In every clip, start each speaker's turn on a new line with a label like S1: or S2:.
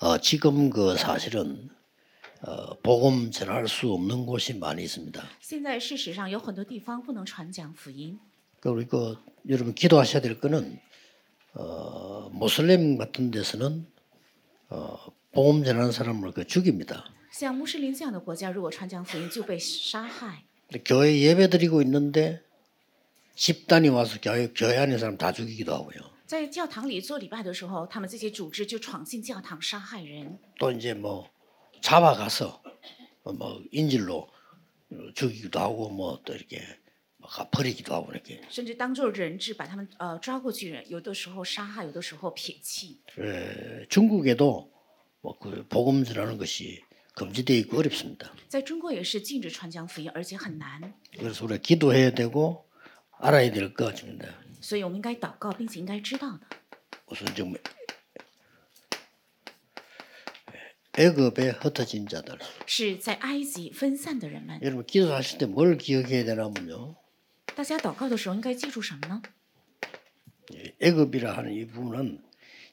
S1: 어, 지금 그 사실은 어, 복음 전할 수 없는 곳이 많이 있습니다.
S2: 现在事实上有很多地方不能传讲福音，
S1: 그리고 여러분 기도하셔야 될 거는 어, 모슬림 같은 데서는 어, 복음 전하는 사람을 그 죽입니다.
S2: 像穆斯林这样的国家，如果传讲福音就被杀害。
S1: 근데 교회 예배 드리고 있는데 집단이 와서 교회 교회 안에 사람 다 죽이기도 하고요.
S2: 在教堂里做礼拜的时候，他们这些组织就闯进教堂杀害人，
S1: 또 이제 뭐 잡아가서 어, 뭐 인질로 어, 죽이기도 하고 뭐 또 이렇게 막 버리기도 하고 이렇게
S2: 甚至当做人质把他们呃抓过去，有的时候杀害，有的时候撇弃。
S1: 에, 중국에도 뭐그 복음 전하는 것이 금지되어 있고 어렵습니다.
S2: 在中国也是禁止传讲福音，而且很难，
S1: 그래서 우리가 기도해야 되고 알아야 될 것 같습니다.
S2: 所以我们应该祷告，并且应该知道的。
S1: 우선 좀 애급에 흩어진 자들.
S2: 是在埃及分散的人们。
S1: 여러분 기도하실 때 뭘 기억해야 되냐면요.
S2: 大家祷告的时候应该记住什么呢？
S1: 애급이라 하는 이 부분은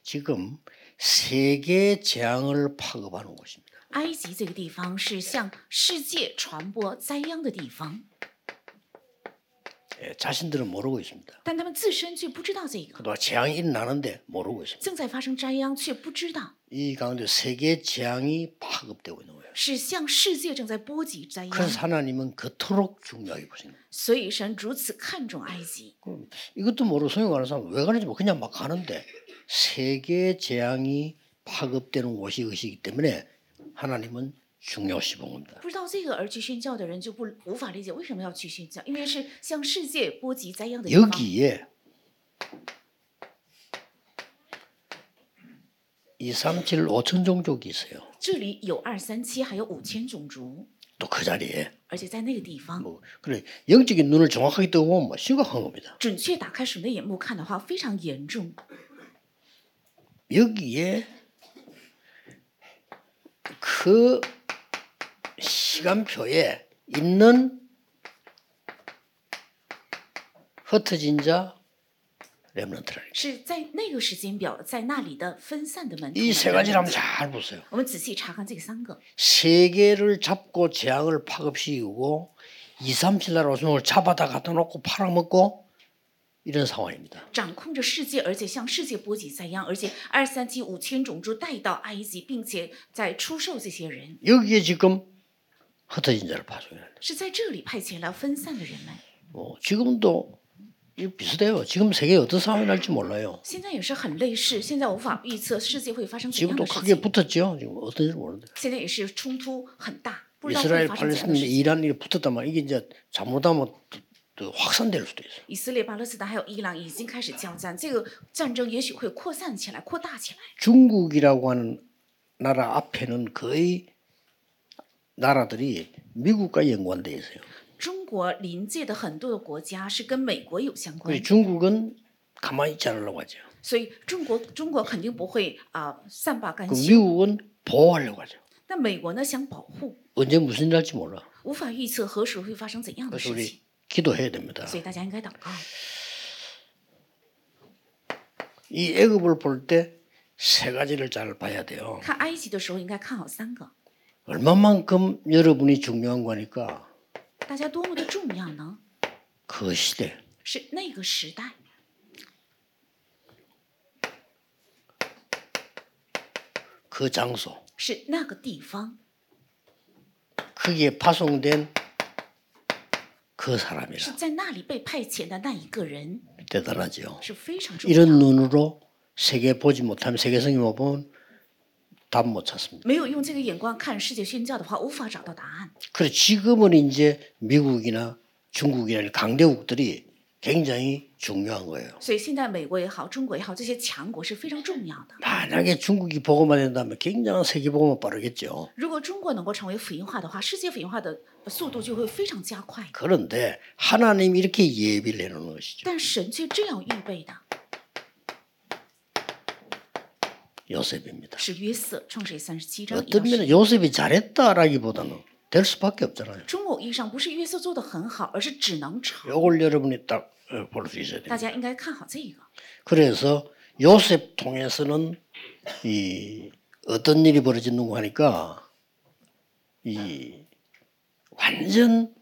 S1: 지금 세계 재앙을 파급하는 곳입니다.
S2: 埃及这个地方是向世界传播灾殃的地方，
S1: 예, 자신들은 모르고 있습니다.
S2: 但他们自身却不知道这个，
S1: 그동안 재앙이 일어나는데 모르고 있습니다.
S2: 正在发生灾殃却不知道，
S1: 이 가운데 세계 재앙이 파급되고 있는 거예요.
S2: 是向世界正在波及灾
S1: 그래서
S2: 殃。
S1: 하나님은 그토록 중요하게 보신 거예요.
S2: 所以神如此看重埃及，
S1: 그럼 이것도 모르고 소용하는 사람은 왜 가는지 뭐 그냥 막 가는데 세계 재앙이 파급되는 곳이 것이기 때문에 하나님은 중요시 본 겁니다.
S2: 不知道这个而去宣教的人就不无法理解为什么要去宣教，因为是向世界波及灾殃的地方。
S1: 여기에 2, 3, 7, 5천 종족이 있어요.
S2: 这里有二三七，还有五千种族，
S1: 또 그 자리에
S2: 而且在那个地方，
S1: 뭐 그래 영적인 눈을 정확하게 뜨고 보면 뭐 심각한 겁니다.
S2: 准确打开神的眼目看的话，非常严重。
S1: 여기에 그 시간표에 있는 흩어진 자 렘넌트라는
S2: 是在那个时间表，在那里的分散的门徒。
S1: 이세 가지를 한번 잘 보세요.
S2: 我们仔细查看这三个，
S1: 세 개를 잡고 재앙을 파급시키고 2, 3, 7 나라 우승을 잡아다 갖다 놓고 팔아먹고 이런 상황입니다.
S2: 掌控着世界，而且向世界波及灾殃，而且二三七五千种猪带到埃及，并且在出售这些人，
S1: 여기에 지금 흩어진 자를 파송해요.
S2: 是在这里派遣了分散的人们。
S1: 어, 지금도 이 비슷해요. 지금 세계 어떤 상황이 날지 몰라요.
S2: 现在也是很类似，现在无法预测世界会发生怎样
S1: 지금도
S2: 的事
S1: 크게
S2: 情。
S1: 붙었죠. 지금 어떤지 모르는데.
S2: 现在也是冲突很大，不知道会
S1: 이스라엘,
S2: 发生怎样的
S1: 팔레스타인,
S2: 事情。
S1: 이란 이 붙었단 말이에요. 이게 이제 잘못하면 또- 또 확산될 수도 있어요.
S2: 以色列、巴勒斯坦还有伊朗已经开始交战，这个战争也许会扩散起来、扩大起来。
S1: 중국이라고 하는 나라 앞에는 거의 나라들이 미국과 연관돼 있어요.
S2: 中国临界的很多的国家是跟美国有相关
S1: 그래서 ， 중국은 가만히 있지 않으려고 하죠.
S2: 所以中国中国肯定不会啊、善罢甘
S1: 그
S2: 休。
S1: 미국은 보호하려고 하죠.
S2: 那美国呢想保护，
S1: 언제 무슨 일 날지 몰라.
S2: 无法预测何时会发生怎样的
S1: 그래서
S2: 事
S1: 우리
S2: 情，
S1: 기도해야 됩니다.
S2: 所以大家应该祷告。
S1: 이 애굽을 볼 때 세 가지를 잘 봐야 돼요.
S2: 看埃及的时候应该看好三个，
S1: 얼마만큼 여러분이 중요한 거니까
S2: 大家多么的重要呢？
S1: 그 시대
S2: 是那个时代，
S1: 그 장소
S2: 是那个地方，
S1: 거기에 파송된 그
S2: 是
S1: 사람이라
S2: 在那里被派遣的那一个人，
S1: 대단하지요.
S2: 是非常重要
S1: 이런
S2: 的。
S1: 눈으로 세계 보지 못하면 세계 성경 못 보면 답 못 찾습니다.
S2: 没有用这个眼光看世界宣教的话，无法找到答案。
S1: 그래 지금은 이제 미국이나 중국이나 이런 강대국들이 굉장히 중요한 거예요.
S2: 所以现在美国也好，中国也好，这些强国是非常重要的。
S1: 만약에 중국이 보고만 된다면 굉장한 세계 보고만 빠르겠죠.
S2: 如果中国能够成为福音化的话，世界福音化的速度就会非常加快。
S1: 그런데 하나님이 이렇게 예비를 해놓는 것이죠.
S2: 但神却这样预备的
S1: 요셉입니다.
S2: 是约瑟，创世记三十七章一到
S1: 어떤
S2: 十。
S1: 면에 요셉이 잘했다라기보다는 될 수밖에 없잖아요.
S2: 中国意义上不是约瑟做的很好，而是只能成。
S1: 요걸 여러분이 딱 볼 수 있어야
S2: 大
S1: 돼요.
S2: 家应该看好这个。
S1: 그래서 요셉 통해서는 이 어떤 일이 벌어지는고 하니까 이 완전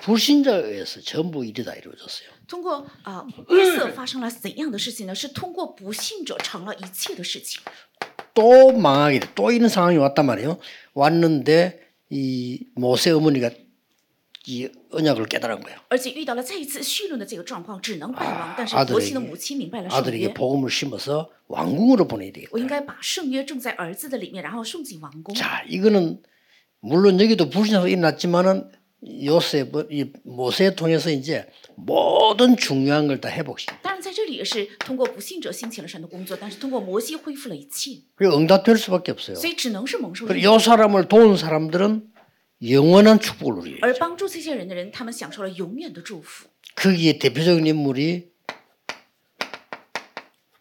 S1: 불신자에서 전부 일이 다 이루어졌어요.
S2: 通过啊、约瑟发生了怎样的事情呢？是通过不信者成了一切的事情。
S1: 또 망하게 돼. 또 이런 상황이 왔단 말이에요. 왔는데 이 모세 어머니가 이 언약을 깨달은 거예요.
S2: 而且遇到了再一次虚沦的这个状况，只能败亡。但是
S1: 啊
S2: 伯
S1: 对
S2: 奇的母亲明白了圣
S1: 아들에게
S2: 约，
S1: 복음을 심어서 왕궁으로 보내야 되겠다.
S2: 我应该把圣约种在儿子的里面，然后送进王宫。
S1: 자, 이거는 물론 여기도 불신자가 일어났지만은 요셉, 이 모세 통해서 이제 모든 중요한 걸 다 회복시켜.
S2: 当然，在这里也是通过不信者兴起了神的工作，但是通过摩西恢复了一切，
S1: 그리고 응답될 수밖에 없어요.
S2: 所以只能是蒙受
S1: 그리고 이 사람을 도운 사람들은 영원한 축복을 누려요.
S2: 而帮助这些人的人，他们享受了永远的祝福。
S1: 거기에 대표적인 인물이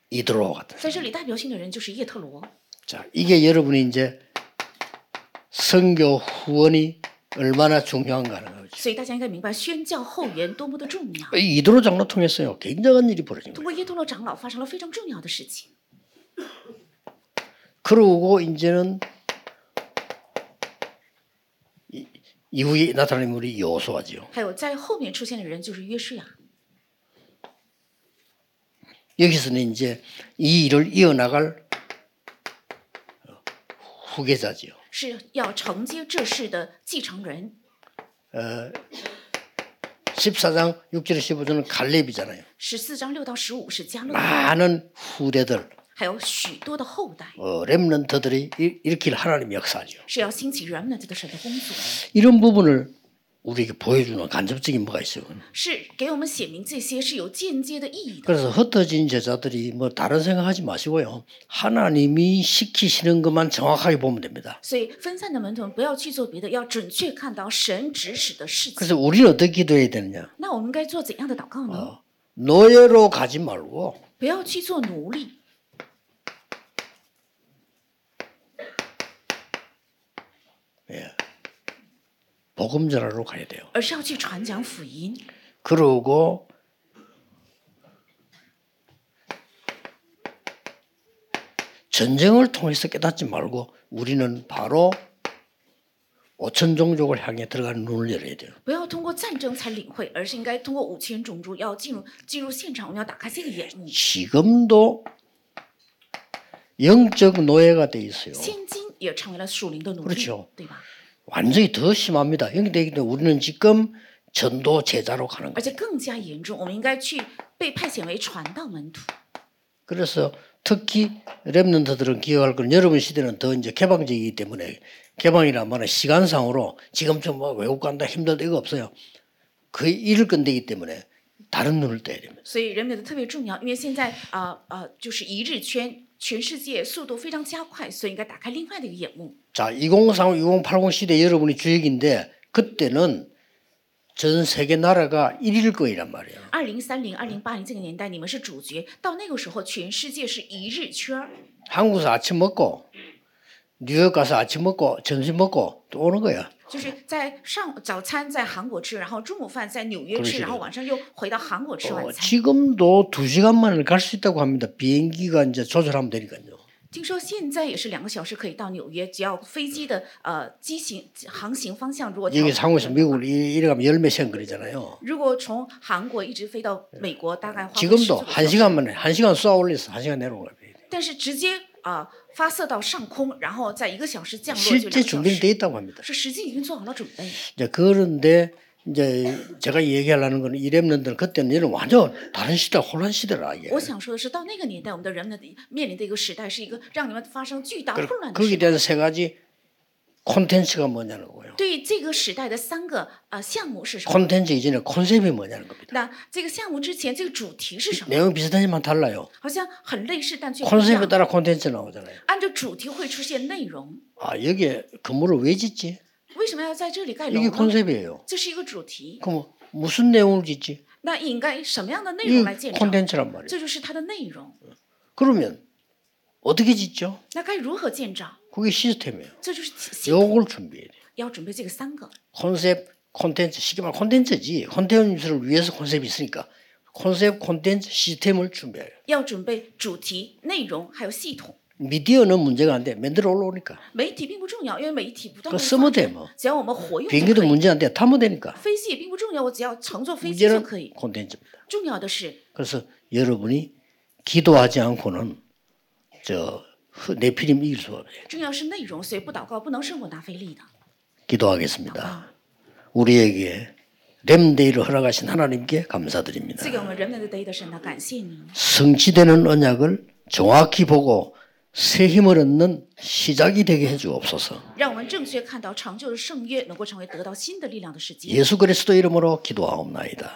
S1: 이드로와 같은.
S2: 在这里，代表性的人就是叶特罗。
S1: 자, 이게 여러분이 이제 선교 후원이 얼마나 중요한가 하는 거죠.
S2: 所以大家应该明白宣教后援多么的重要。
S1: 이 이드로 장로 통해서요 굉장한 일이 벌어진 거예요.
S2: 通过叶特罗长老发生了非常重要的事情。
S1: 그러고 이제는 이- 이후에 나타난 인물이 여호수아지요.
S2: 还有在后面出现的人就是约书亚，
S1: 여기서는 이제 이 일을 이어나갈 후계자지요.
S2: 是要承接这事的继承人。
S1: 14장 6절에 15절은 갈렙이잖아요.
S2: 十四章六到十五是加勒底，
S1: 많은 후대들,
S2: 还有许多的后代
S1: 어, 렘넌트들이 일- 일으킬 하나님의 역사죠.
S2: 是要兴起 remnant 的神的工作，
S1: 이런 부분을 우리에게 보여주는 간접적인 뭐가 있어요.
S2: 是给我们写明这些是有间接的意义的。
S1: 그래서 흩어진 제자들이 뭐 다른 생각하지 마시고요. 하나님이 시키시는 것만 정확하게 보면 됩니다.
S2: 所以分散的门徒们不要去做别的，要准确看到神指使的事情。
S1: 그래서 우리는 어떻게 기도해야 되느냐?
S2: 那我们该做怎样的祷告呢？
S1: 노예로 가지 말고
S2: 不要去做奴隶，
S1: 복음 전하러 가야 돼요.
S2: 而是要去传讲福音，
S1: 그러고 전쟁을 통해서 깨닫지 말고 우리는 바로 오천 종족을 향해 들어가는 눈을 열어야 돼요.
S2: 不要通过战争才领会，而是应该通过五千种族要进入进入现场，我们要打开这个眼。
S1: 지금도 영적 노예가 돼 있어요.
S2: 现今也成为了属灵的奴隶
S1: 그렇죠 ，
S2: 对吧？
S1: 완전히 더 심합니다. 영적 되기 때문에 우리는 지금 전도 제자로 가는
S2: 而
S1: 거예요.
S2: 且更加严重，我们应该去被派遣为传道门徒。
S1: 그래서 특히 랩런트들은 기억할 건 여러분 시대는 더 이제 개방적이기 때문에 개방이란 말은 시간상으로 지금처럼 뭐 외국 간다 힘들다 이거 없어요. 거의 잃을 건데기 때문에 다른 눈을 떼야 됩니다.
S2: 所以人们觉得特别重要，因为现在啊啊、呃就是一日圈，全世界速度非常加快，所以应该打开另外的一个眼目。
S1: 자, 2030, 2080 시대 여러분이 주역인데 그때는 전 세계 나라가 1위일 거란 말이에요.
S2: 二零三零、二零八零这个年代，你们是主角，到那个时候，全世界是一日圈儿，
S1: 한국에서 아침 먹고 뉴욕 가서 아침 먹고 점심 먹고 또 오는 거야.
S2: 就是在上早餐在韩国吃，然后中午饭在纽约
S1: 그러시
S2: 吃，
S1: 죠
S2: 然后晚上又回到韩国吃
S1: 어,
S2: 晚餐。
S1: 지금도 두 시간 만에 갈 수 있다고 합니다. 비행기가 이제 조절하면 되니까요.
S2: 听说现在也是两个小时可以到纽约，只要飞机的呃机型航行方向如果调
S1: 여기 상호에서 미국을 이- 이래가면 열몇 시간 걸리잖아요.
S2: 如果从韩国一直飞到美国，大概花费十
S1: 지금도
S2: 九
S1: 한 시간 만에 한 시간 쏘아 올려서 한 시간 내려온 거예요.
S2: 但是直接啊、发射到上空，然后在一个小时降落就两
S1: 실제
S2: 个小
S1: 준비는 돼
S2: 时，
S1: 있다고 합니다.
S2: 是实际已经做好了准备。
S1: 이제 그런데 이제 제가 얘기하려는 거는 이랩런들 그때는 얘는 완전 다른 시대 혼란 시대라 이게.
S2: 我想说的是，到那个年代，我们的人们的面临的一个时代，是一个让你们发生巨大混
S1: 그-
S2: 乱的时
S1: 거기에
S2: 代。
S1: 대한 세 가지 콘텐츠가 뭐냐는 거예요.
S2: 对于这个时代的三个呃项目是什么？
S1: 콘텐츠 이전에 콘셉트이 뭐냐는 겁니다.
S2: 那这个项目之前这个主题是什么？
S1: 내용이 비슷하지만 달라요.
S2: 好像很类似，但却不一
S1: 콘셉트에
S2: 样。
S1: 따라 콘텐츠 나오잖아요.
S2: 按照主题会出现内容，
S1: 아 여기에 건물을 왜 짓지?
S2: 为什么要在这里盖
S1: 이게
S2: 楼呢？
S1: 콘셉트예요.
S2: 这是一个主题，
S1: 그럼 무슨 내용을 짓지?
S2: 那应该什么样
S1: 네,
S2: 的内容来
S1: 이게
S2: 建成？
S1: 콘텐츠란 말이에요.
S2: 这就是它的内容。
S1: 그러면 어떻게 짓죠?
S2: 那该如何建造？
S1: 그게 시스템이에요.
S2: 这就是系
S1: 요걸 준비해야 돼요.
S2: 要准备这个三个，
S1: 콘셉트, 콘텐츠, 쉽게 말하면 콘텐츠지. 콘텐츠를 위해서 콘셉트이 있으니까 콘셉트 콘텐츠 시스템을 준비해요.
S2: 要准备主题、内容还有系统。
S1: 미디어는 문제가 안 돼. 맨들어 올라오니까.
S2: 媒体并不重要，因为媒体不断地
S1: 그쓰면
S2: 发展
S1: 돼 뭐
S2: 只要我们活用就
S1: 비행기도
S2: 可以。
S1: 문제 안 돼. 타면 되니까.
S2: 飞机也并不重要，我只要乘坐飞机就可
S1: 문제는
S2: 以。
S1: 콘텐츠입니다.
S2: 重要的是
S1: 그래서 여러분이 기도하지 않고는 저 내피림 이길 수 없어요.
S2: 重要是内容，所以不祷告不能胜过拿非利的。
S1: 기도하겠습니다. 우리에게 렘데이를 허락하신 하나님께 감사드립니다.
S2: 赐给我们人们的 day 的神呢，感谢您。
S1: 성취되는 언약을 정확히 보고 새 힘을 얻는 시작이 되게 해주옵소서.
S2: 让我们正确看到长久的圣约能够成为得到新的力量的时机。
S1: 예수 그리스도 이름으로 기도하옵나이다.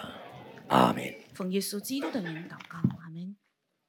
S1: 아멘.
S2: 奉耶稣基督的名祷告，阿